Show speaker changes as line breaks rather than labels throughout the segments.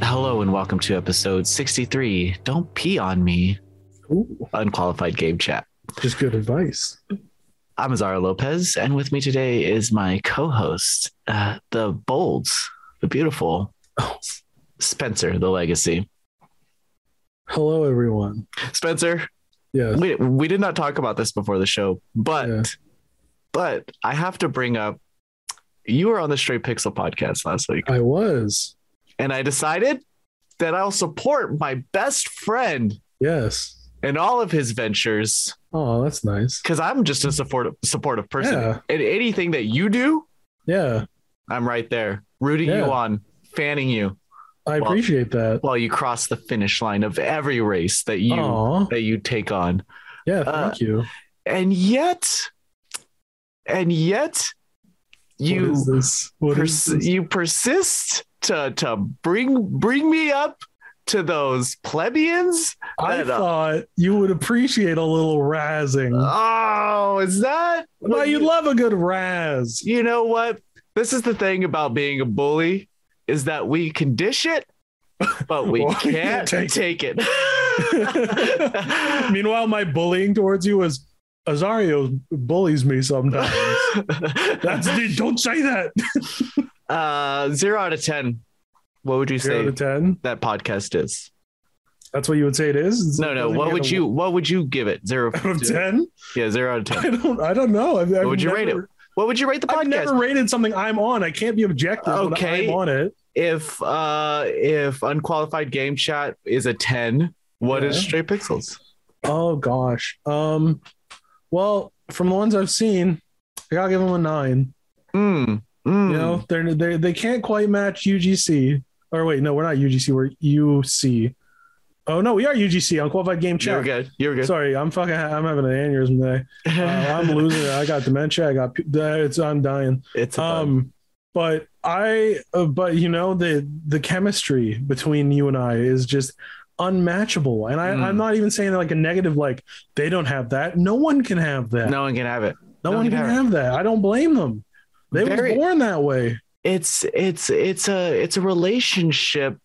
Hello and welcome to episode 63. Don't pee on me.
Ooh,
Unqualified game chat.
just good advice.
I'm Azara Lopez, and with me today is my co-host, uh, the bold, the beautiful
Oh.
Spencer, the legacy.
Hello, everyone.
Spencer,
Yes.
we we did not talk about this before the show, but
Yeah.
but I have to bring up you were on the Straight Pixel podcast last week,
I was.
and I decided that I'll support my best friend
Yes.
in all of his ventures
Oh, that's nice.
because I'm just a supportive supportive person.
Yeah.
And anything that you do,
Yeah.
I'm right there, rooting
Yeah.
you on, fanning you
I
Well,
appreciate that.
while you cross the finish line of every race that you
Oh,
that you take on.
yeah.
uh,
Thank you.
And yet, and yet,
What is
you
this? What is
pers-
this?
you persist to to bring bring me up to those plebeians.
I
that up?
thought you would appreciate a little razzing.
Oh, is that
Why
what
Mm. you love a good razz?
you know what? This is the thing about being a bully is that we can dish it, but we
Well, we
can't
can't
take, it.
Meanwhile, my bullying towards you is Azario bullies me sometimes. That's the, don't say that.
uh, zero out of ten. What would you
Zero
say
to ten.
that podcast is?
That's what you would say it is. It's
No, no.
bullying
What
me
would
out
you What would you give it? Zero
of- out of ten?
Yeah, zero out of ten.
I don't. I don't know. I've, I've
would you rate it? What would you rate the
I've
podcast?
never rated something I'm on. I can't be objective.
Okay.
when I'm on it.
if uh if unqualified game chat is a ten, what is
Yeah.
Stray Pixels?
Oh gosh. Um. Well, from the ones I've seen, I gotta give them a nine.
Mm, mm.
You know, they're they they can't quite match UGC. Or wait, no, we're not UGC. We're UC. Oh no, we are UGC on qualified game
you're
chat.
good. You're good.
Sorry, I'm fucking. I'm having an aneurysm today. Uh, I'm losing it. I got dementia. I got. uh, It's. I'm dying.
It's a bug.
um but i uh, but you know the the chemistry between you and i is just unmatchable and I,
Mm.
i'm not even saying like a negative like they don't have that no one can have that no,
no one can have it. no
one
one
can
can.
have that i don't blame them they
Very-
were born that way
It's it's it's a it's a relationship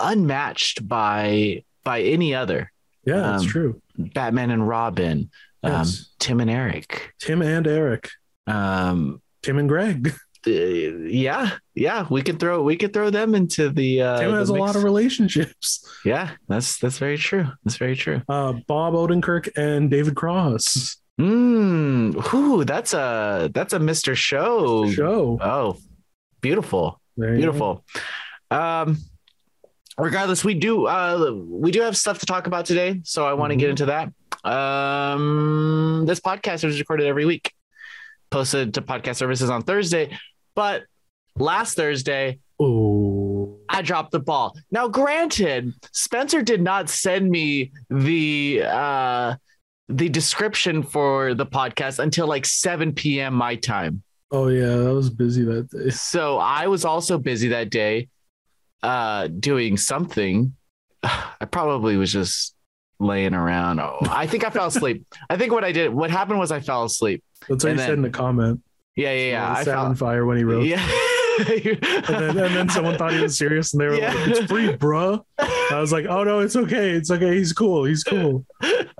unmatched by by any other.
yeah that's
Um,
true
Batman and Robin, um,
Yes.
Tim and Eric.
tim and eric
Um,
tim and greg
uh, yeah, yeah, we could throw we could throw them into the. Uh,
tim
the
has a
mix.
lot of relationships
Yeah, that's that's very true. That's very true.
uh bob odenkirk and david cross
Mm, ooh, that's a that's a Mr. Show.
show
Oh, beautiful.
There you go.
beautiful um regardless we do uh we do have stuff to talk about today so i want to get
Mhm.
into that um this podcast is recorded every week posted to podcast services on thursday but last thursday
Ooh.
i dropped the ball now granted spencer did not send me the uh the description for the podcast until like 7 p.m my time
oh yeah that was busy that day
so I was also busy that day uh doing something. I probably was just laying around. Oh, I think I fell asleep. I think what I did what happened was I fell asleep.
that's what
And
you said in
then-
the comment
Yeah, yeah, yeah.
He
I
sat on
fell
fire when he wrote.
Yeah.
And then, and then someone thought he was serious, and they were like,
Yeah.
"It's free, bruh." I was like, "Oh no, it's okay, it's okay. He's cool, he's cool."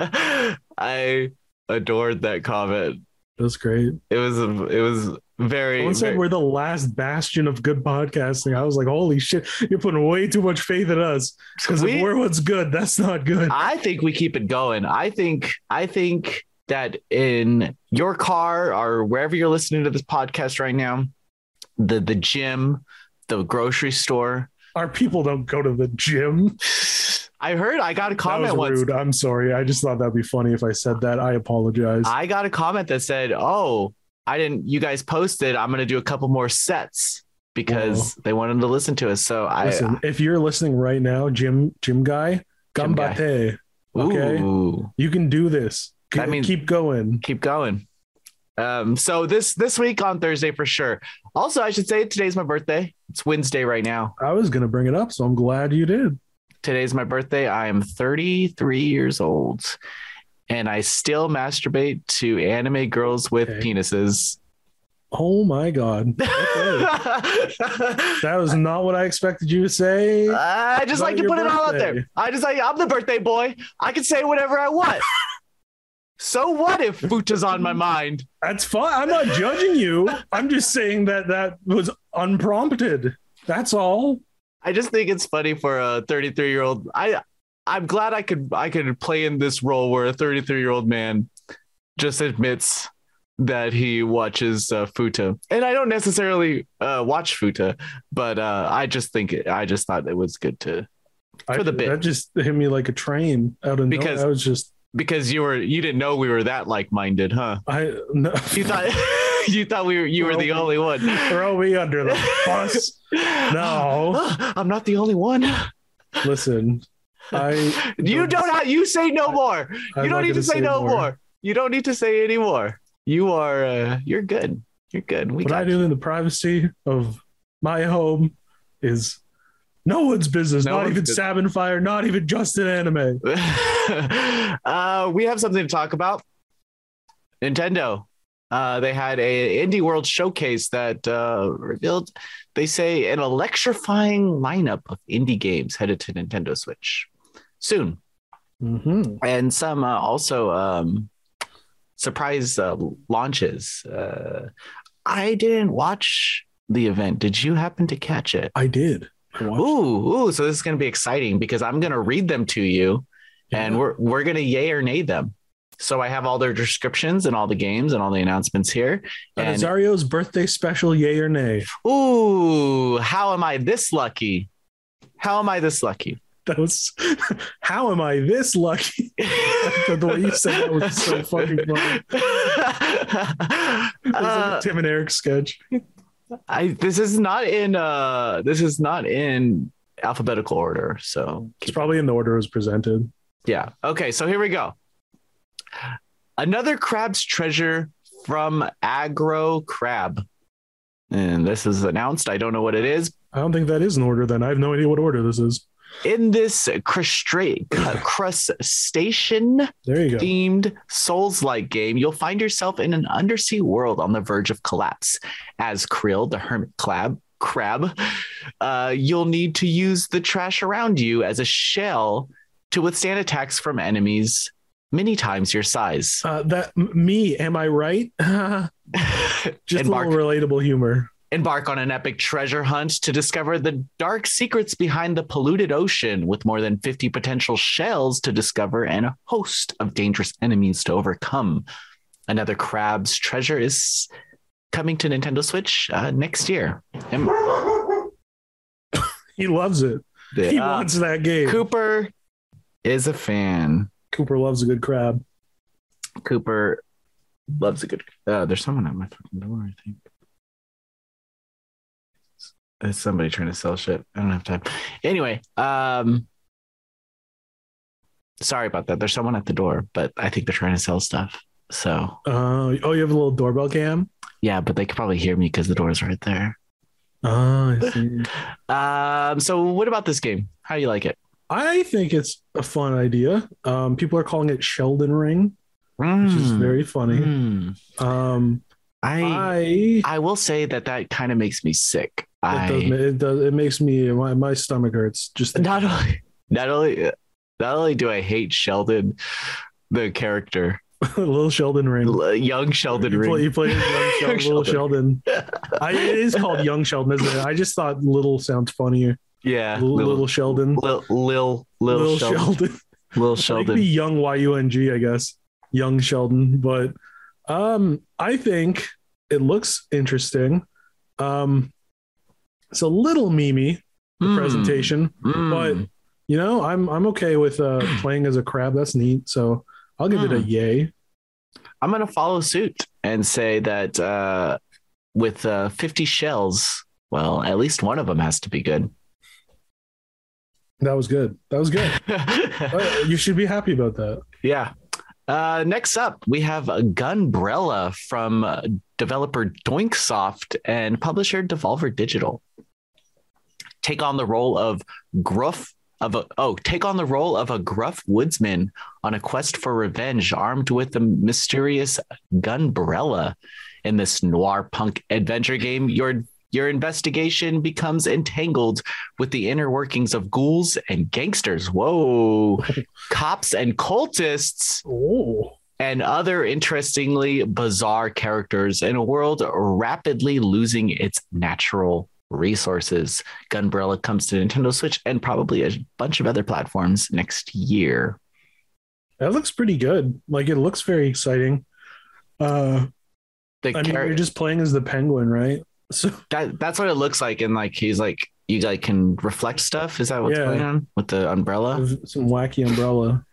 I adored that comment.
That's great.
It was it was very,
Someone said
very-
we're the last bastion of good podcasting. I was like, "Holy shit, you're putting way too much faith in us." Because
We-
if we're what's good, that's not good.
I think we keep it going. I think I think that in your car or wherever you're listening to this podcast right now, the the gym, the grocery store.
Our people don't go to the gym.
I heard I got a comment
that was
once.
rude. I'm sorry. I just thought that'd be funny if I said that. I apologize.
I got a comment that said, "Oh, I didn't. You guys posted. I'm going to do a couple more sets because they wanted to listen to us." So I, uh,
Listen, if you're listening right now, Jim, Jim guy,
Gym guy.
gambate. okay.
ooh,
You can do this. Keep,
That means-
keep going.
keep going. Um, so this this week on Thursday for sure. Also, I should say today's my birthday. It's Wednesday right now.
I was going to bring it up, so I'm glad you did.
today's my birthday. I am 33 years old and I still masturbate to anime girls with
Okay.
penises.
Oh my god. Okay. that was not what I expected you to say.
I just
About
like to
your
put it all out there.
birthday.
I just like I'm the birthday boy. I can say whatever I want. so what if Fucha's on my mind?
That's fine. I'm not judging you. I'm just saying that that was unprompted. That's all.
I just think it's funny for a 33 year old. I I'm glad I could I could play in this role where a 33 year old man just admits that he watches uh, Futa, and I don't necessarily uh, watch Futa, but uh, I just think it, I just thought it was good to
I,
For the bit.
That just hit me like a train out of
Because-
because I was just
because you were you didn't know we were that like minded, huh?
I no,
You thought you thought we were you were the
Well,
only one.
throw me under the bus. No,
I'm not the only one.
listen, I
You don't have you say no more.
I'm
you
not
don't need
gonna
to say, no more. You don't need to say any more. You are uh, you're good. You're good. We
What I
got
do in the privacy of my home is no one's business.
No
not
one's
even
business.
Sabin Fire. Not even Justin Anime.
uh, we have something to talk about. Nintendo. Uh, they had a indie world showcase that uh, revealed, they say, an electrifying lineup of indie games headed to Nintendo Switch soon,
Mm-hmm.
and some uh, also um, surprise uh, launches. Uh, I didn't watch the event. Did you happen to catch it?
I did. I watched-
Ooh, ooh, so this is gonna be exciting because I'm gonna read them to you and we're we're gonna yay or nay them. So I have all their descriptions and all the games and all the announcements here.
An
And
Azario's birthday special, yay or nay?
ooh, how am I this lucky? How am I this lucky?
That was how am I this lucky? the way you said that was so fucking funny. It was like
Uh,
a Tim and Eric sketch.
I this is not in uh this is not in alphabetical order, so
It's probably in the order it was presented.
Yeah. Okay. So here we go. Another crab's treasure from Agro Crab. And this is announced. I don't know what it is.
I don't think that is in order. Then I have no idea what order this is.
In this crustra- crustacean
There you go.
themed Souls like game, you'll find yourself in an undersea world on the verge of collapse. As Krill, the hermit crab, crab uh, you'll need to use the trash around you as a shell to withstand attacks from enemies many times your size.
Uh, that m- me, am I right? Just
And
a
Mark.
little relatable humor.
Embark on an epic treasure hunt to discover the dark secrets behind the polluted ocean, with more than 50 potential shells to discover and a host of dangerous enemies to overcome. Another crab's treasure is coming to Nintendo Switch uh, next year. Em-
He loves it. He
uh,
wants that game.
Cooper is a fan.
Cooper loves a good crab.
Cooper loves a good. Uh, there's someone at my fucking door. I think it's somebody trying to sell shit. I don't have time. Anyway, um, sorry about that. There's someone at the door, but I think they're trying to sell stuff. So
Uh, oh, you have a little doorbell cam.
yeah, but they could probably hear me because the door's right there.
Oh, I see.
Um, so what about this game? How do you like it?
I think it's a fun idea. Um, people are calling it Sheldon Ring, which is
Mm,
very funny.
mm.
Um,
I
I
I will say that that kind of makes me sick.
It,
I
does, ma- it does. It makes me my, my stomach hurts. Just thinking-
not only not only not only do I hate Sheldon, the character,
little Sheldon ring.
l- young Sheldon
you play,
Ring.
you play young Sheldon, little Sheldon. I, it is called young Sheldon, isn't it? I just thought little sounds funnier.
Yeah,
Little, little, Sheldon.
Lil Lil Lil,
Little
Sheldon. Lil Sheldon.
It could be young Y U N G, I guess. Young Sheldon, but um, I think it looks interesting. Um, it's a little memey the
Mm,
presentation,
mm.
but you know, I'm I'm okay with uh, playing as a crab. That's neat. So I'll give it a
Hmm.
yay.
I'm gonna follow suit and say that uh, with uh, 50 shells, well, at least one of them has to be good.
That was good. That was good. Uh, you should be happy about that.
Yeah. Uh, next up, we have a Gunbrella from uh, developer Doinksoft and publisher Devolver Digital. Take on the role of gruff of a oh, take on the role of a gruff woodsman on a quest for revenge, armed with the mysterious Gunbrella, in this noir punk adventure game, your your investigation becomes entangled with the inner workings of ghouls and gangsters. Whoa, cops and cultists
Oh,
and other interestingly bizarre characters in a world rapidly losing its natural resources. Gunbrella comes to Nintendo Switch and probably a bunch of other platforms next year.
that looks pretty good. Like it looks very exciting. Uh,
The
I mean,
char-
you're just playing as the penguin, right? So
that, that's what it looks like. And like he's like, you like can reflect stuff. Is that what's
Yeah. Mm.
going on with the umbrella?
some wacky umbrella.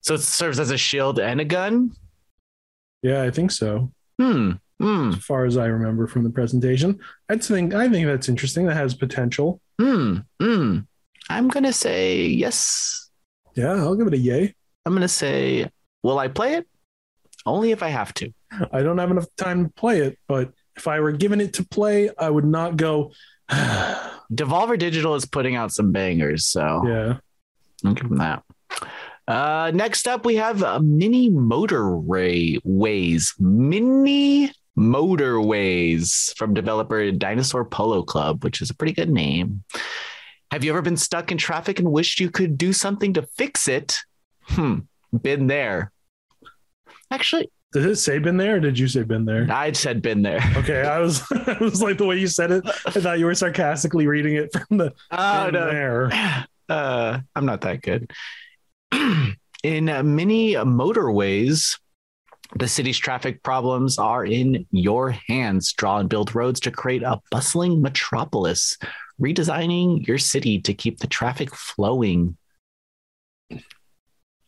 So it serves as a shield and a gun.
Yeah, I think so.
Hmm. Hmm.
As far as I remember from the presentation, I think I think that's interesting. That has potential.
Hmm. Hmm. I'm gonna say yes.
Yeah, I'll give it a yay.
I'm gonna say, will I play it? Only if I have to.
I don't have enough time to play it, but if I were given it to play, I would not go. yeah,
Devolver Digital is putting out some bangers, so I'll give them that. Uh, next up, we have uh, mini motorway ways, mini motorways from developer Dinosaur Polo Club, which is a pretty good name. Have you ever been stuck in traffic and wished you could do something to fix it? Hmm, been there. Actually,
Did it say been there? Or did you say been there?
I said been there.
Okay, I was I was like the way you said it. I thought you were sarcastically reading it from the
Oh
been
no,
there.
uh, I'm not that good. in uh, many motorways, the city's traffic problems are in your hands. Draw and build roads to create a bustling metropolis, redesigning your city to keep the traffic flowing.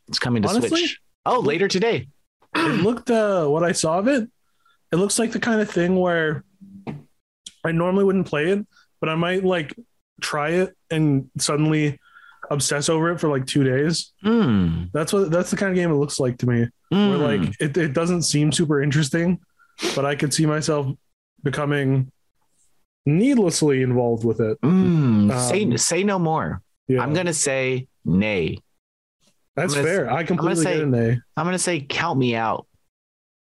It's coming to
Honestly?
Switch. Oh, later today.
It looked uh, what I saw of it. It looks like the kind of thing where I normally wouldn't play it, but I might like try it and suddenly obsess over it for like two days.
Mm,
That's what that's the kind of game it looks like to me.
mm.
Where like it, it doesn't seem super interesting, but I could see myself becoming needlessly involved with it.
Mm,
um,
say say no more.
Yeah,
I'm gonna say nay.
that's
I'm gonna-
fair. I completely
say-
get an A.
I'm gonna say count me out.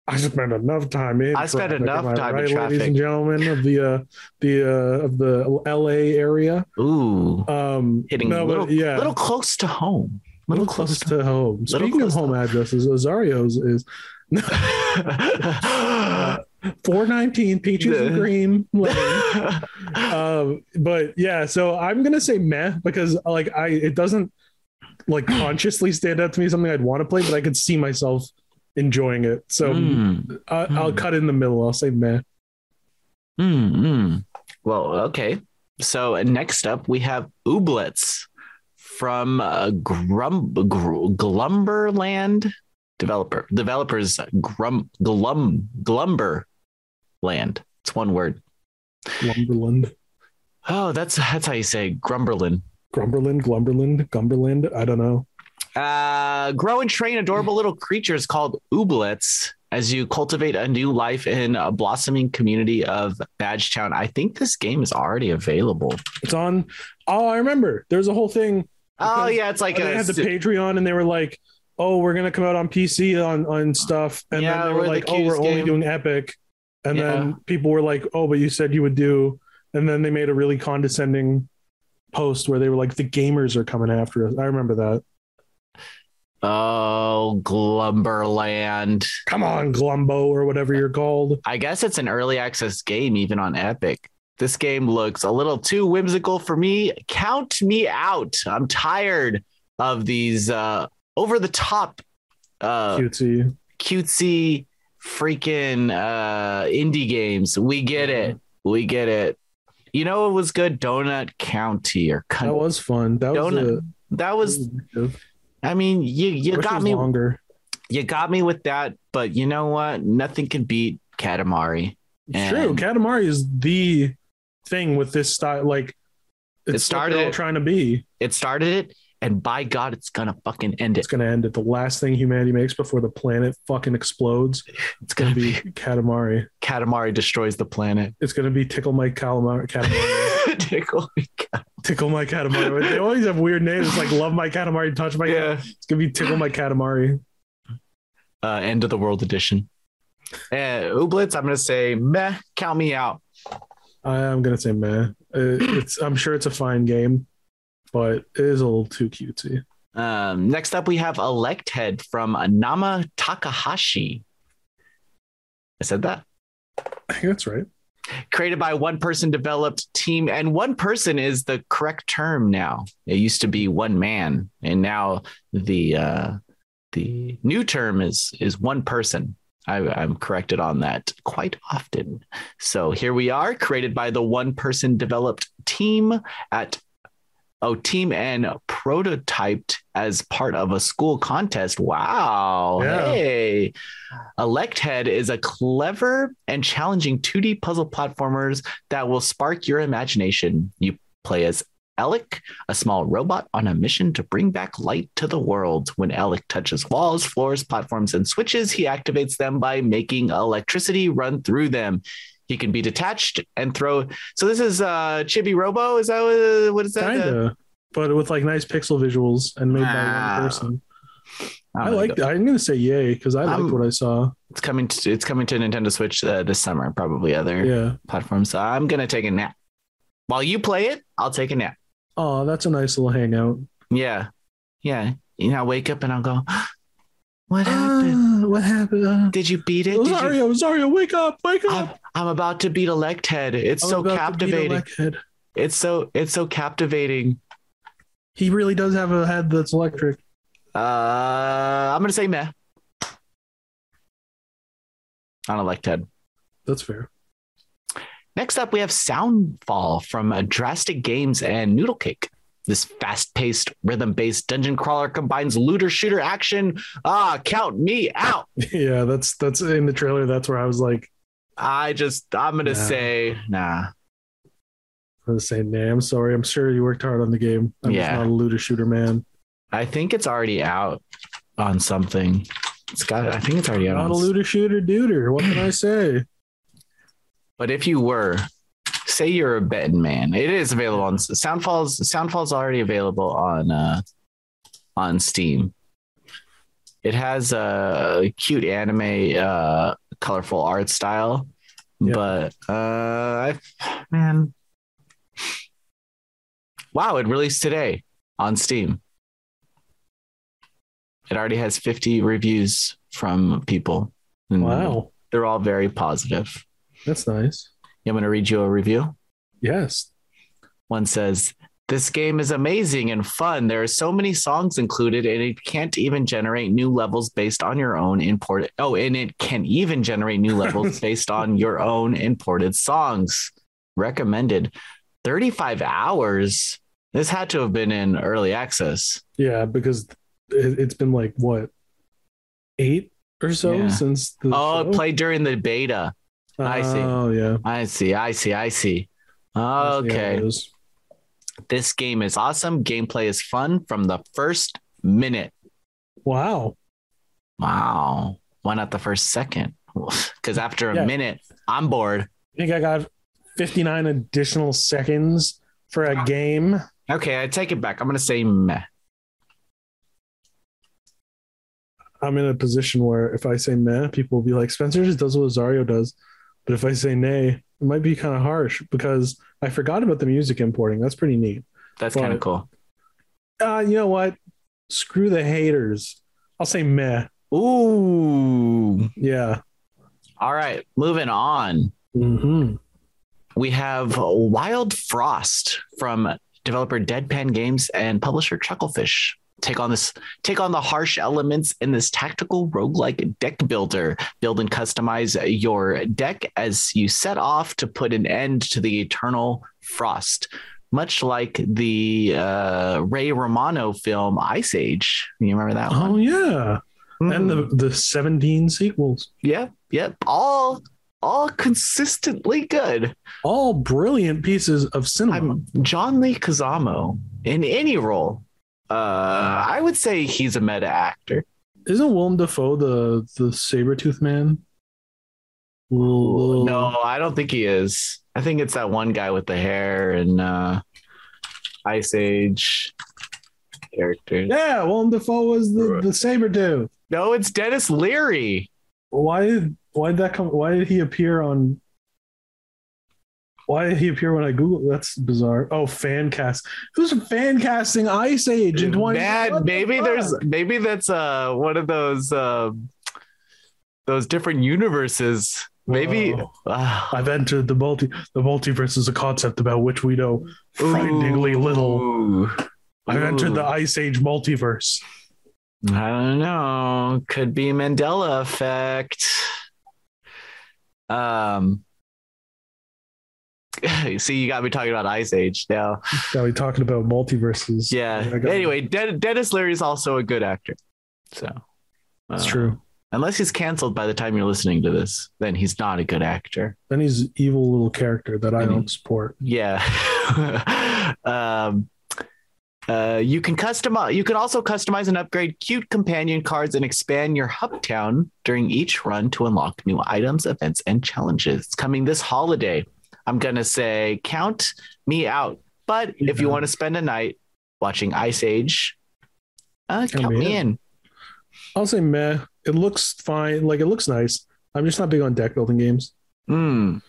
I spent enough time in.
I spent
traffic,
enough
am I
time in
right, ladies
traffic.
and gentlemen of the uh, the uh, of the L.A. area.
Ooh,
Um,
hitting
no,
little,
but yeah,
little close to home.
little close to home.
little
Speaking of
close to
home addresses, Azario's is four nineteen Peaches and
Yeah.
Cream Lane. um, but yeah, so I'm gonna say meh because like I it doesn't like consciously stand out to me as something I'd want to play, but I could see myself enjoying it. So
Mm,
I, I'll
Hmm.
cut in the middle. I'll say meh.
mm, mm. well, okay. So next up, we have Ooblets from uh, Grum, Gr- Glumberland developer. Developers Grum Glum Glumberland. It's one word.
Lumberland,
Oh, that's that's how you say it, Grumberland.
Grumberland, Glumberland, Gumberland. I don't know.
Uh, grow and train adorable little creatures called ooblets as you cultivate a new life in a blossoming community of Badgetown. I think this game is already available.
It's on. Oh, I remember. There's a whole thing
Oh
Because-
yeah, it's like
they
a
had the Patreon and they were like, "Oh, we're gonna come out on PC on on stuff," and
Yeah,
then they were
we're the
like, "Oh, we're
Q's
only
game.
doing Epic," and
Yeah.
then people were like, "Oh, but you said you would do," and then they made a really condescending post where they were like, "The gamers are coming after us." I remember that.
oh Glumberland.
Come on, Glumbo or whatever you're called.
I guess it's an early access game even on Epic. This game looks a little too whimsical for me. Count me out. I'm tired of these uh, over the top uh,
Cutesy.
cutesy freaking uh indie games. We get it. We get it. You know it was good Donut County or
That
Con-
was fun. That was
Donut
a,
that was
wish
I mean you you
it
got
was
me
longer.
you got me with that, but you know what? Nothing can beat Katamari.
It's True,
And-
Katamari is the thing with this style. Like,
It
it's what
started
they're all
it.
trying to be.
It started it and by god it's going to fucking end it.
it's going to end at the last thing humanity makes before the planet fucking explodes.
It's
It's
going to
going to be
be
Katamari.
Katamari destroys the planet.
It's going to be Tickle My Calamari. Katamari.
Tickle me.
Tickle My Katamari. They always have weird names. It's like Love My Katamari, Touch My.
Yeah.
It's going to be Tickle My Katamari.
Uh, end of the world edition. Uh, Ooblets, I'm gonna say meh. Count me out.
I'm gonna say meh. It- It's I'm sure it's a fine game, but it is a little too cutesy.
Um, next up, we have Elect Head from Nama Takahashi. I said that.
I think that's right.
Created by one person developed team, and one person is the correct term now. It used to be one man, and now the uh, the new term is is one person. I, I'm corrected on that quite often. So here we are, created by the one person developed team at oh team and prototyped as part of a school contest. Wow.
Yeah.
Hey. Elect Head is a clever and challenging 2D puzzle platformers that will spark your imagination. You play as Alec, a small robot on a mission to bring back light to the world. When Alec touches walls, floors, platforms, and switches, he activates them by making electricity run through them. He can be detached and throw. So this is uh, Chibi Robo. Is that what, what is that? Ah.
Kinda, but with like nice pixel visuals and made by
Wow.
one person.
Uh,
I like. I'm gonna say yay because I liked
I'm-
what I saw.
It's coming. To, it's coming to Nintendo Switch uh, this summer, probably other
Yeah.
platforms. So I'm gonna take a nap. While you play it, I'll take a nap.
Oh, that's a nice little hangout.
Yeah, yeah. You know, I wake up and I'll go. What happened?
Ah, what happened? Ah.
Did you beat it? Did you-
Rosario, Rosario, wake up, wake
I'm,
up.
I'm about to beat Elect Head. It's
I'm
so
about to beat
captivating.
Electhead.
it's so it's so captivating.
He really does have a head that's electric.
Uh, I'm gonna say meh on Elect Head.
That's fair.
Next up, we have Soundfall from uh, Drastic Games and Noodle Cake. This fast-paced, rhythm-based dungeon crawler combines looter shooter action. Ah, count me out.
yeah, that's that's in the trailer. That's where I was like,
I just, I'm gonna
Nah.
say nah.
I was saying, nah, I'm sorry. I'm sure you worked hard on the game. I'm just
Yeah.
not a looter shooter man.
I think it's already out on something. It's got. I think it's already out.
not
on
a
s-
looter shooter duder. What can I say?
But if you were, say you're a betting man, it is available on Soundfall's. Soundfall's already available on uh, on Steam. It has a cute anime, uh, colorful art style,
Yeah.
but uh, I, man, wow! It released today on Steam. It already has 50 reviews from people. and
Wow,
They're all very positive.
that's nice.
Yeah, I'm going to read you a review.
Yes,
One says, This game is amazing and fun. There are so many songs included, and it can't even generate new levels based on your own imported. Oh, and it can even generate new levels based on your own imported songs. Recommended 35 hours. This had to have been in early access.
yeah, because it, it's been like what eight or so
Yeah.
since the
Oh,
show?
it played during the beta. I see.
Oh yeah.
I see. I see. I see.
I see how it
Okay.
is.
This game is awesome. Gameplay is fun from the first minute.
Wow.
Wow. Why not the first second? Because after a
Yeah.
minute, I'm bored.
I think I got 59 additional seconds for a game.
Okay, I take it back. I'm gonna say meh.
I'm in a position where if I say meh, people will be like, Spencer just does what Rosario does. But if I say nay, it might be kind of harsh because I forgot about the music importing. That's pretty neat.
That's
Well,
kind of cool.
Uh, you know what? Screw the haters. I'll say meh.
Ooh.
Yeah.
All right, moving on.
Mm-hmm.
We have Wild Frost from developer Deadpan Games and publisher Chucklefish. Take on this take on the harsh elements in this tactical roguelike deck builder. Build and customize your deck as you set off to put an end to the eternal frost. Much like the uh, Ray Romano film Ice Age. You remember that one?
Oh, yeah. And the, the 17 sequels.
Mm-hmm. Yep, yep. All all consistently good.
All brilliant pieces of cinema.
I'm John Lee Kazamo in any role. Uh, I would say he's a meta actor.
Isn't Willem Dafoe the the saber tooth man? Little-
No, I don't think he is. I think it's that one guy with the hair and uh, Ice Age character.
Yeah, Willem Dafoe was the, the saber tooth.
No, it's Dennis Leary.
Why Why did that come? Why did he appear on? Why did he appear when I Google? That's bizarre. Oh, fan cast. Who's fan casting Ice Age in twenty?
That
What the
maybe there's
fuck?
maybe that's uh one of those uh, those different universes. Maybe
Whoa.
Ah.
I've entered the multi. The multiverse is a concept about which we know frighteningly little.
Ooh.
I've entered the
Ooh.
Ice Age multiverse.
I don't know. Could be Mandela effect. Um. See, you got me talking about Ice Age now.
Now we talking about multiverses.
Yeah.
I got-
Anyway, Den- Dennis Leary is also a good actor. So
it's
uh,
true.
Unless he's canceled by the time you're listening to this, then he's not a good actor.
Then he's an evil little character that I don't support.
Yeah. um, uh, you can customize. You can also customize and upgrade cute companion cards and expand your hub town during each run to unlock new items, events, and challenges. Coming this holiday, I'm gonna say count me out. But if you
Yeah.
want to spend a night watching Ice Age, uh,
Count
count
me
me in.
I'll say meh. It looks fine. Like it looks nice. I'm just not big on deck building games
Mm.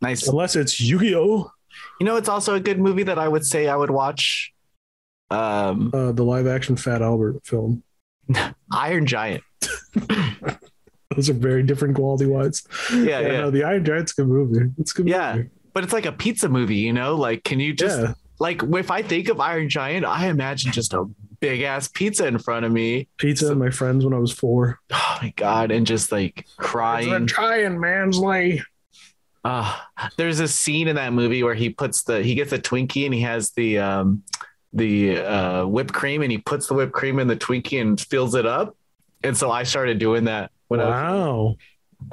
Nice.
unless it's Yu-Gi-Oh,
You know, it's also a good movie that I would say I would watch. Um,
uh, the live-action Fat Albert film.
Iron Giant.
Those are very different quality-wise.
Yeah, yeah.
No, the Iron Giant's a good movie. It's a good.
Yeah.
movie.
But it's like a pizza movie, you know? Like, can you just
yeah.
like if I think of Iron Giant, I imagine just a big ass pizza in front of me.
Pizza and my friends when I was four.
Oh my god, and just like crying.
trying, Mansley.
Uh, there's a scene in that movie where he puts the he gets a Twinkie and he has the um the uh whipped cream and he puts the whipped cream in the Twinkie and fills it up. And so I started doing that when I was
Wow,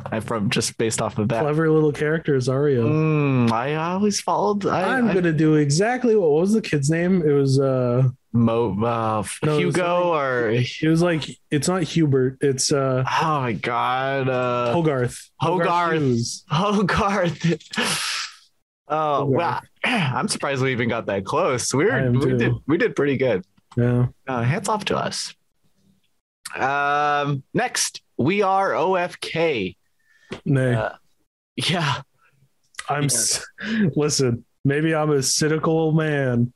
I from just based off of that.
clever little character is Aria.
Mm, I always followed. I,
I'm
I-
gonna do exactly what, what was the kid's name? It was uh,
Mo, uh, f-
No, it's
Hugo or
it was like it's not Hubert, it's uh,
oh my god, uh,
Hogarth.
Hogarth.
Hughes.
Hogarth. Oh wow!
Hogarth.
I'm surprised we even got that close. We
I
were,
am
we
too.
did we did pretty good.
Yeah,
Uh, hands off to us. Um, next we are OFK.
nay.
Uh, Yeah,
I'm s listen, maybe I'm a cynical old man,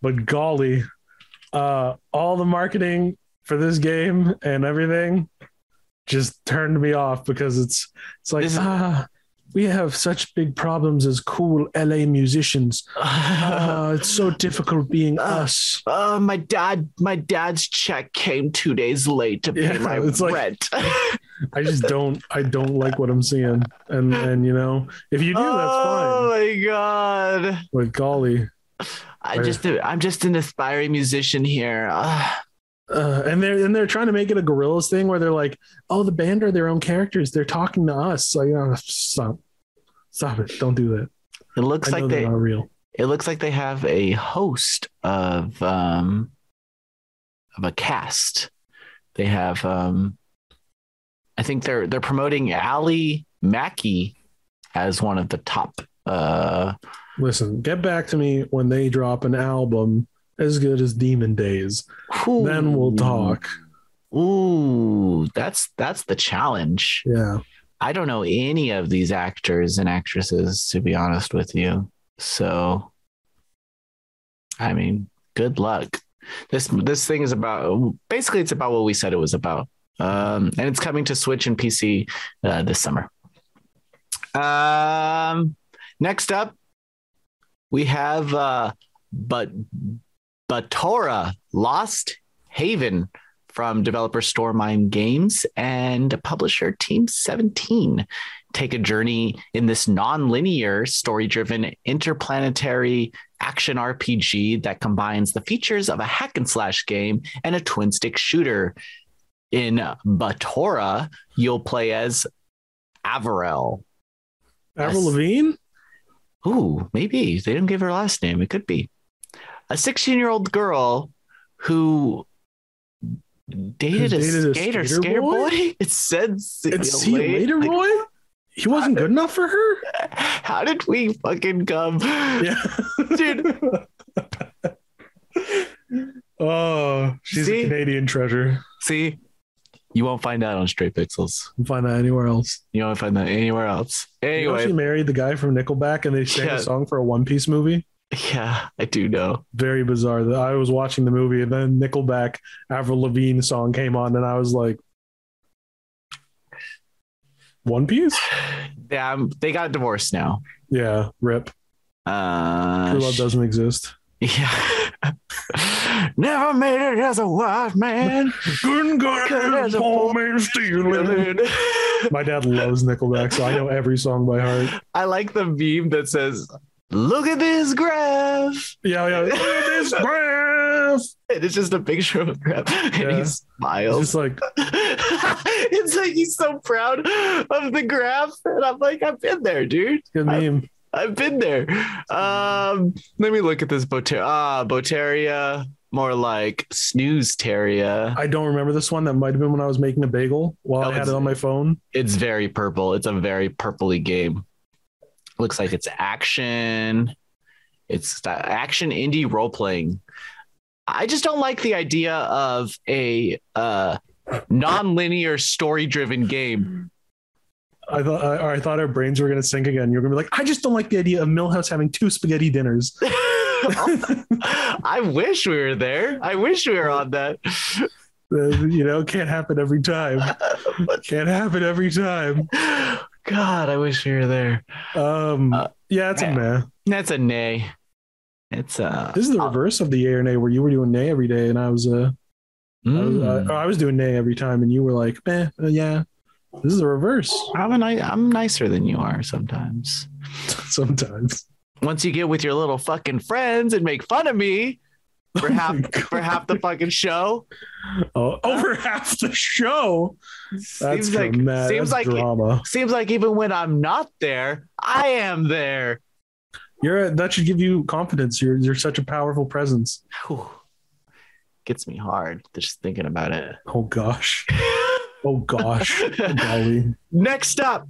but golly, uh, all the marketing for this game and everything just turned me off because it's it's like
This is-
ah, we have such big problems as cool LA musicians. Uh, it's so difficult being us.
Uh, my dad, my dad's check came two days late to pay
Yeah,
my
it's like-
rent.
I just don't I don't like what I'm seeing, and and you know if you do that's
Oh
fine.
my god!
But golly,
I
Right.
just, I'm just an aspiring musician here. Ah,
Uh, and they're and they're trying to make it a gorillas thing where they're like, oh, the band are their own characters. They're talking to us. Like, oh, stop, stop it! Don't do that.
it looks
I know
like
they're
they,
not real.
it looks like they have a host of, um, of a cast. They have, um, I think they're they're promoting Ali Mackey as one of the top. Uh,
Listen, get back to me when they drop an album as good as Demon Days. Then we'll
ooh.
talk.
Ooh, that's that's the challenge.
Yeah,
I don't know any of these actors and actresses, to be honest with you. So, I mean, good luck. This this thing is about basically it's about what we said it was about, um, and it's coming to Switch and PC uh, this summer. Um, next up, we have uh, but Batora Lost Haven from developer Stormine Games and publisher Team 17. Take a journey in this non-linear, story-driven, interplanetary action RPG that combines the features of a hack and slash game and a twin-stick shooter. In Batora, you'll play as Averell.
Avril
Yes.
Lavigne.
Ooh, maybe they didn't give her last name. It could be a 16 year old girl who dated,
Who dated
a,
a
skater,
skater
skater boy.
boy?
It said, see
It's see you later,
Like,
boy. He wasn't good enough for her.
how did we fucking come?
Yeah,
Dude.
Oh, she's
See? Oh,
a Canadian treasure.
See, You won't find that on Straight Pixels.
can find that anywhere else.
You won't find that anywhere else.
You know
Anyway,
she married the guy from Nickelback, and they sang
Yeah.
a song for a One Piece movie.
yeah, I do know.
Very bizarre. That I was watching the movie, and then Nickelback Avril Lavigne song came on, and I was like, One Piece?
Yeah, um, they got divorced now.
Yeah, rip.
Uh,
True love
sh-
doesn't exist.
Yeah. Never made it as a white man.
Good
Good as a poor
My dad loves Nickelback, so I know every song by heart.
I like the meme that says, "Look at this graph,"
Yeah, yeah. Look at this graph.
and it's just a picture of a graph, and
Yeah.
he
It's
smiles.
just like
it's like he's so proud of the graph, and I'm like, I've been there, dude.
good meme.
I've been there. Um, let me look at this Boter- ah, Boteria, more like snooze teria.
I don't remember this one. That might have been when I was making a bagel while
That
I had
was-
it on my phone.
It's very purple. It's a very purpley game. Looks like it's action. It's that action indie role playing. I just don't like the idea of a uh, non-linear story-driven game.
I thought I, I thought our brains were gonna sink again. You're gonna be like, I just don't like the idea of Millhouse having two spaghetti dinners.
I wish we were there. I wish we were on that.
Uh, you know, can't happen every time. Can't happen every time.
God, I wish we were there.
Um,
Uh,
yeah, it's a
yeah.
meh.
That's a nay. It's a.
This is the reverse of the yay or nay, where you were doing nay every day, and I was uh, I was, uh,
Mm.
or I was doing nay every time, and you were like, meh, uh, yeah. This is the reverse
hmm. I'm a ni- I'm nicer than you are sometimes.
sometimes.
once you get with your little fucking friends and make fun of me for half for half the fucking show,
Oh, over half the show. That's
seems like
dramatic.
seems
That's
like
drama.
seems like even when I'm not there, I am there.
You're that should give you confidence. You're you're such a powerful presence.
Whew. Gets me hard just thinking about it.
Oh gosh. Oh gosh. Golly.
Next up,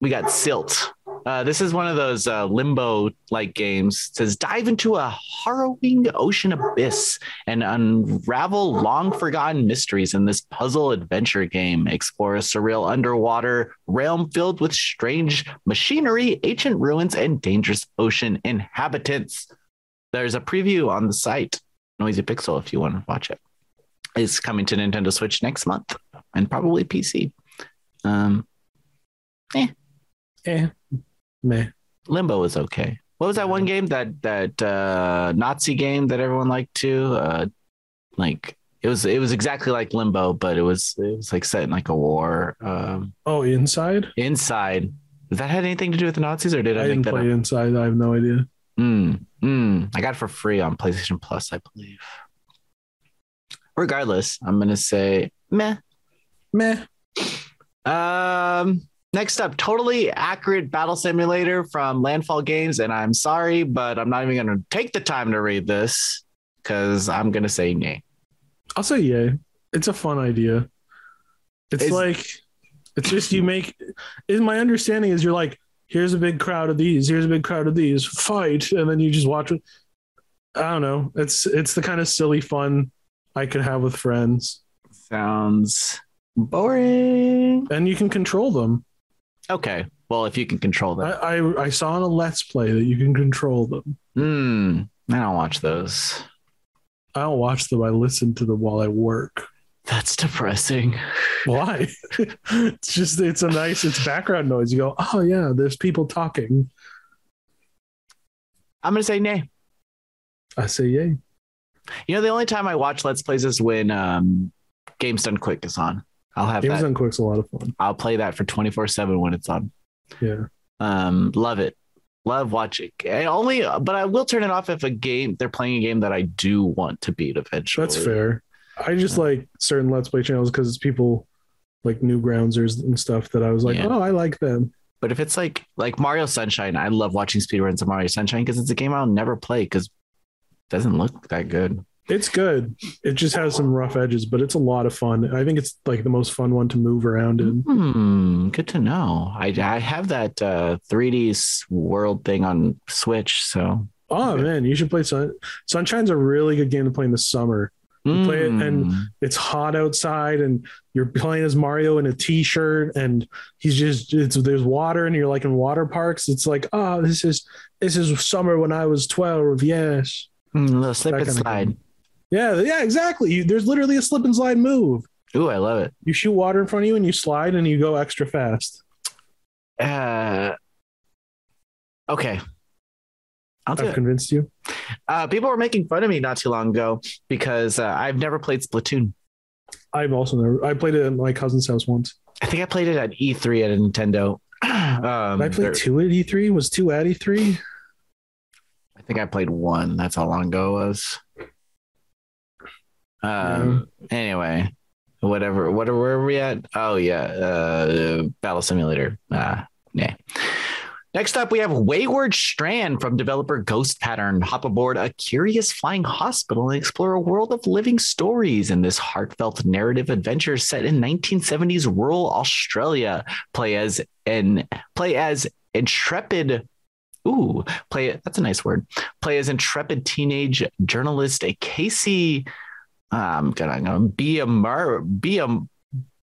we got Silt. Uh, this is one of those uh, limbo like games. It says dive into a harrowing ocean abyss and unravel long forgotten mysteries in this puzzle adventure game. Explore a surreal underwater realm filled with strange machinery, ancient ruins, and dangerous ocean inhabitants. There's a preview on the site, Noisy Pixel, if you want to watch it. It's coming to Nintendo Switch next month and probably PC. Um,
Eh. Meh.
Limbo is okay. What was that one game that that uh, Nazi game that everyone liked too? Uh, like it was it was exactly like Limbo, but it was it was like set in like a war. Um,
Oh, inside?
inside. Did that had anything to do with the Nazis, or did I,
I
make
didn't
that
play
up?
inside. I have no idea.
Mm, mm. I got it for free on PlayStation Plus, I believe. Regardless, I'm gonna say meh.
Meh.
Um, next up, totally accurate battle simulator from Landfall Games, and I'm sorry, but I'm not even going to take the time to read this because I'm going to say nay.
I'll say yay. It's a fun idea. It's
Is-
like it's just you make is my understanding is you're like, here's a big crowd of these, here's a big crowd of these, fight, and then you just watch it. I don't know. It's it's the kind of silly fun I could have with friends.
Sounds boring.
And you can control them.
Okay, well, if you can control
I,
that,
I I saw in a let's play that you can control them.
hmm, I don't watch those.
I don't watch them, I listen to them while I work.
That's depressing.
Why? it's just it's a nice it's background noise. You go, Oh yeah, there's people talking.
I'm going to say nay.
I say yay.
You know, the only time I watch Let's Plays is when um, Games Done Quick is on. I'll have
Games
that.
on Quick's a lot of fun.
I'll play that for 24 7 when it's on.
Yeah.
Um, love it. Love watching. I only, but I will turn it off if a game they're playing a game that I do want to beat eventually.
That's fair. I just like certain Let's Play channels because it's people like Newgroundsers and stuff that I was like,
Yeah.
oh, I like them.
But if it's like like Mario Sunshine, I love watching speedruns of Mario Sunshine because it's a game I'll never play because it doesn't look that good.
It's good. It just has some rough edges, but it's a lot of fun. I think it's like the most fun one to move around in.
Hmm, good to know. I I have that uh 3D s- world thing on Switch, so
Oh
Yeah.
man, you should play Sun. Sunshine's a really good game to play in the summer You play it and-
Mm.
it's hot outside and you're playing as Mario in a t-shirt and he's just it's there's water and you're like in water parks. It's like, oh, this is this is summer when I was 12. Yes.
Mm, little slip
that
and
kinda
slide.
Yeah, yeah, exactly. You, there's literally a slip and slide move.
Ooh, I love it.
You shoot water in front of you and you slide and you go extra fast.
Uh, okay. I'll do
I've
it.
convinced you.
Uh, people were making fun of me not too long ago because uh, I've never played Splatoon.
I've also never I played it at my cousin's house once.
I think I played it at E3 at a Nintendo. um,
Did I
there-
played two at E3? Was two at E E3?
I think I played one. That's how long ago it was. Um. Anyway, whatever. What are where are we at? Oh yeah. Uh, Battle Simulator. Ah, nah. Next up, we have Wayward Strand from developer Ghost Pattern. Hop aboard a curious flying hospital and explore a world of living stories in this heartfelt narrative adventure set in 1970s rural Australia. Play as an play as intrepid. Ooh, play. That's a nice word play as intrepid teenage journalist a Casey. um, I'm gonna, I'm gonna be a Mar, be a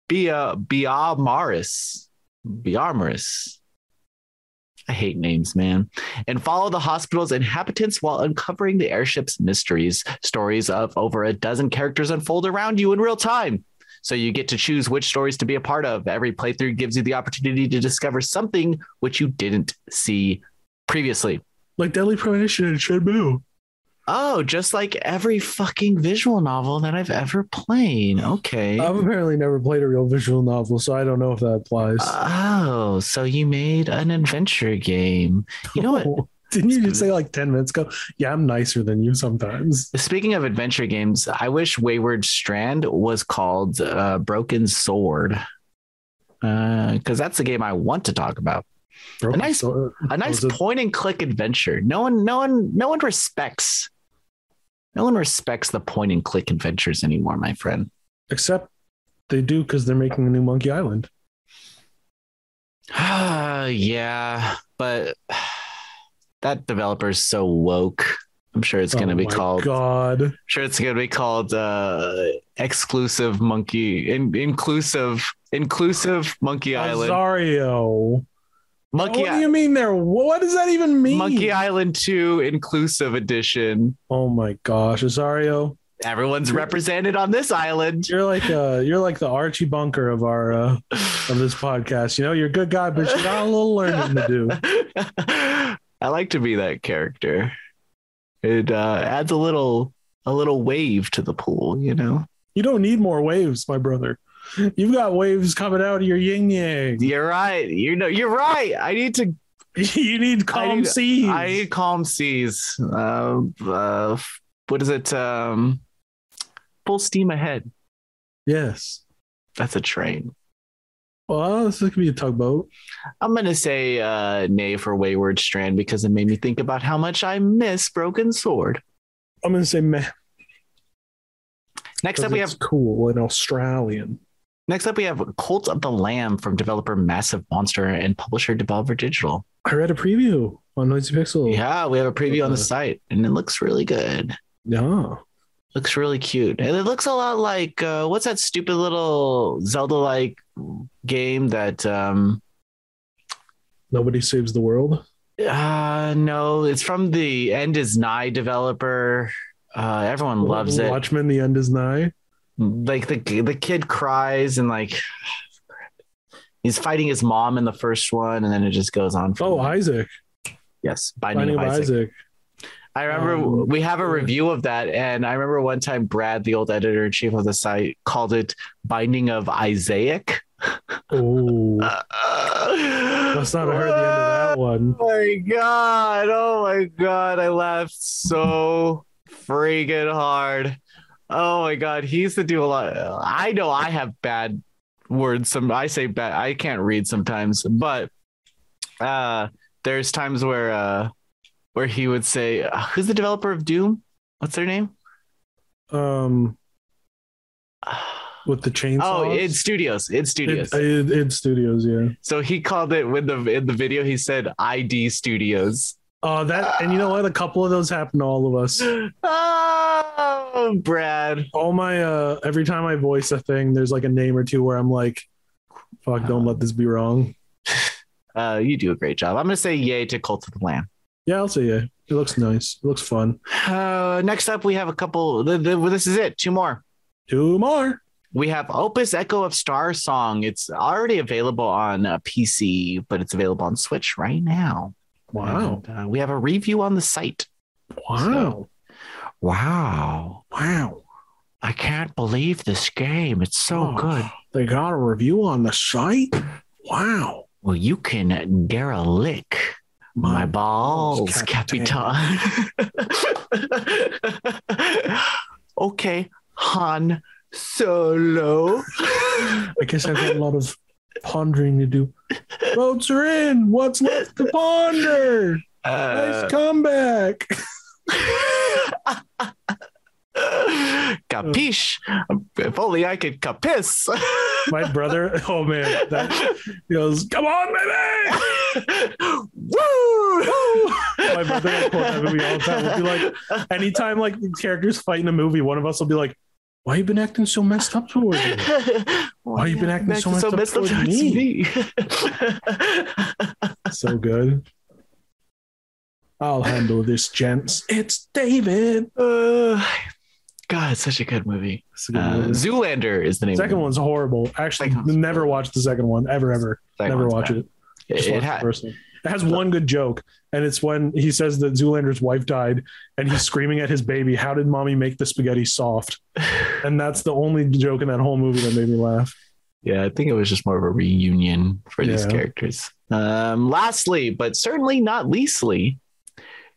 be a be a Maris, be a Maris. I hate names, man. And follow the hospital's inhabitants while uncovering the airship's mysteries. Stories of over a dozen characters unfold around you in real time. So you get to choose which stories to be a part of. Every playthrough gives you the opportunity to discover something which you didn't see previously.
Like Deadly Premonition and Shenmue.
Oh, just like every fucking visual novel that I've ever played. Okay.
I've apparently never played a real visual novel, so I don't know if that applies.
oh, so you made an adventure game. You know what?
Didn't you just say like 10 minutes ago? Yeah, I'm nicer than you sometimes.
Speaking of adventure games, I wish Wayward Strand was called uh, Broken Sword. Because that's the game I want to talk about.
Broken
nice-
sword.
A nice
was it-
point and click adventure. No one, no one, no one respects. No one respects the point and click adventures anymore, my friend.
Except they do because they're making a new Monkey Island.
yeah, but that developer's so woke. I'm sure it's going to
Oh
be
my
called.
God.
Sure, it's going to be called uh, exclusive monkey, in, inclusive, inclusive Monkey Island,
Azario.
Monkey
what do you mean there? What does that even mean?
Monkey Island Two Inclusive Edition.
Oh my gosh, Azario.
Everyone's represented on this island.
You're like uh you're like the Archie Bunker of our uh of this podcast. You know, you're a good guy, but you got a little learning to do.
I like to be that character. It uh, adds a little a little wave to the pool, you know.
You don't need more waves, my brother. You've got waves coming out of your yin yang.
You're right. You know, you're right. I need to.
you need calm
need-
seas.
I need calm seas. Uh, uh, f- what is it? Um, full steam ahead.
yes.
That's a train.
Well, this could be a tugboat.
I'm gonna say uh, nay for Wayward Strand because it made me think about how much I miss Broken Sword.
I'm gonna say meh.
Next up,
'cause
we
it's
have
cool and Australian.
next up we have Cult of the Lamb from developer Massive Monster and publisher Devolver Digital.
I read a preview on Noisy Pixel.
Yeah, we have a preview on the site, and it looks really good.
Yeah.
looks really cute and it looks a lot like uh, what's that stupid little zelda like game that um
Nobody saves the world.
uh no it's from the end is nigh developer uh everyone loves it
Watchmen, the end is nigh.
like the the kid cries and like he's fighting his mom in the first one and then it just goes on from
Oh,
there.
Isaac.
yes binding,
Finding
of Mm-hmm. isaac.
Isaac.
i remember
Um,
we have a
yeah.
review of that and i remember one time brad the old editor-in-chief of the site called it binding of isaac
Oh,
Must
must not have heard the end of that one.
Oh my god! Oh my god! I laughed so freaking hard. Oh my god! He used to do a lot. I know I have bad words. Some I say bad. I can't read sometimes, but uh, there's times where uh, where he would say, uh, "Who's the developer of Doom? What's their name?"
Um, with the chainsaw.
Oh, id Studios. id Studios.
Id, id Studios, yeah.
So he called it when the in the video he said ID Studios.
Uh, that and you know what? A couple of those happened to all of us.
Oh, Brad.
All my uh, every time I voice a thing, there's like a name or two where I'm like, "Fuck,
Uh-huh.
don't let this be wrong."
Uh, you do a great job. I'm gonna say yay to Cult of the Lamb.
Yeah, I'll say yeah. It looks nice. It looks fun.
Uh, next up, we have a couple. The, the, well, this is it. Two more.
Two more.
We have Opus Echo of Star Song. It's already available on uh, PC, but it's available on Switch right now.
Wow.
And, uh, we have a review on the site.
Wow.
Wow.
wow.
I can't believe this game. It's so
Oh.
good.
They got a review on the site. Wow.
Well, you can dare a lick. My
Mm.
balls,
balls,
Capitan. okay, Han Solo.
I guess I've got a lot of pondering to do. Votes are in. What's left to ponder?
Uh,
Nice comeback.
capiche. If only I could capiss.
My brother. Oh man, that he goes. Come on, baby.
Woo!
Oh, My brother will quote that movie all the time. He'll be like, Anytime like characters fight in a movie, one of us will be like, "Why you been acting so messed up towards me?"
Why
you been acting so messed up towards So good. I'll handle this, gents. It's David.
Uh, God, it's such a good movie.
It's a good
Uh,
movie.
Zoolander is the name.
Second
of
one's horrible. Actually,
Second one's
never
horrible.
watch the second one ever, ever.
the movie.
never watch it. Just
It,
watch
ha-
the first one. It has one good joke, and it's when he says that Zoolander's wife died, and he's screaming at his baby, "How did mommy make the spaghetti soft?" And that's the only joke in that whole movie that made me laugh.
yeah, I think it was just more of a reunion for these
Yeah.
characters. Um, lastly, but certainly not leastly,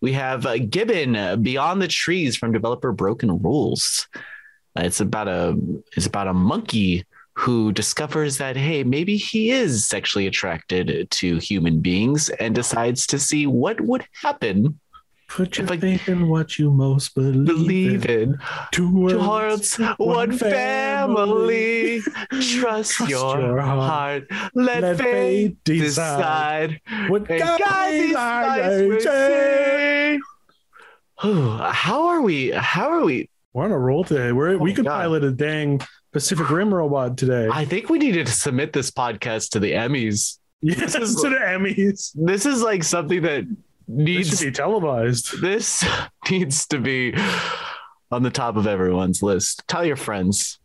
we have uh, Gibbon uh, Beyond the Trees from developer Broken Rules. Uh, it's about a it's about a monkey who discovers that hey, maybe he is sexually attracted to human beings and decides to see what would happen.
Put your
If I-
faith in what you most believe.
Believe
in.
in
Two worlds,
two hearts, one
one
family.
family.
Trust,
Trust
your,
your
heart.
heart.
Let,
Let
faith
faith
decide.
decide. What
And
God
guide these lives
desires
we
say.
say. Whew, how are we? How are we?
We're on a roll today. We're,
Oh my
we could
God.
pilot a dang Pacific Rim robot today.
I think we needed to submit this podcast to the Emmys.
yes,
is-
to the Emmys.
This is like something that
It
needs
should be televised.
this needs to be on the top of everyone's list. Tell your friends.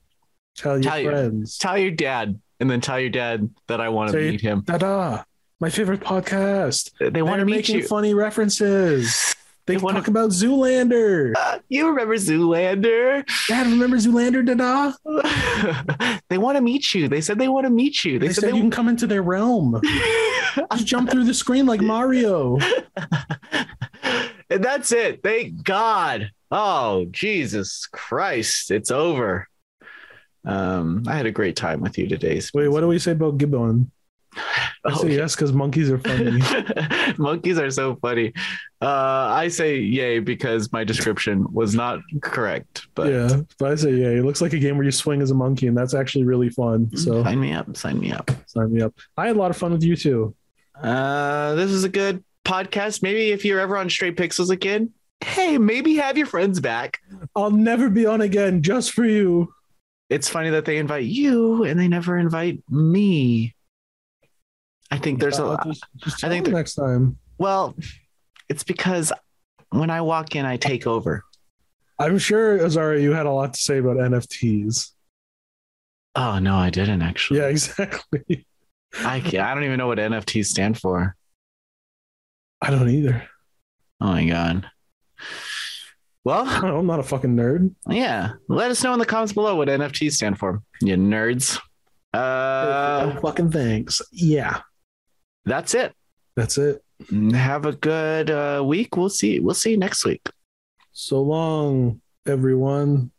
Tell your
Tell your-
friends.
Tell your dad, and then tell your dad that I want to
Say-
meet him.
Ta da! My favorite podcast.
They want to
They're
meet
making
you.
funny references. They,
They wanna-
talk about Zoolander.
Uh, you remember Zoolander?
Dad, remember Zoolander? Da da.
they want to meet you. They said they want to meet you. They,
They,
said,
said,
they
you can come into their realm. Just jump through the screen like Mario.
and that's it. Thank God. Oh, Jesus Christ. It's over. Um, I had a great time with you today.
Wait, what do we say about Gibbon? I
Oh,
say yes because monkeys are funny.
Monkeys are so funny. Uh, I say yay because my description was not correct. But
yeah, but I say yeah. It looks like a game where you swing as a monkey, and that's actually really
Mm-hmm.
fun. So
sign me up. Sign me up.
sign me up. I had a lot of fun with you too.
Uh, this is a good podcast. Maybe if you're ever on Straight Pixels again, hey, maybe have your friends back.
I'll never be on again just for you.
It's funny that they invite you and they never invite me. I think there's
I'll
a
just, just
I
I
think there-
think next time.
well, it's because when I walk in, I take over.
I'm sure Azara, you had a lot to say about NFTs.
Oh no, I didn't actually.
Yeah, exactly.
I can't, I don't even know what NFTs stand for.
I don't either.
Oh my god.
I
Well,
don't know, I'm not a fucking nerd.
yeah. Let us know in the comments below what NFTs stand for, you nerds. Uh,
No fucking thanks. Yeah,
that's it.
that's it.
have a good uh, week. We'll see. We'll see you next week.
So long, everyone.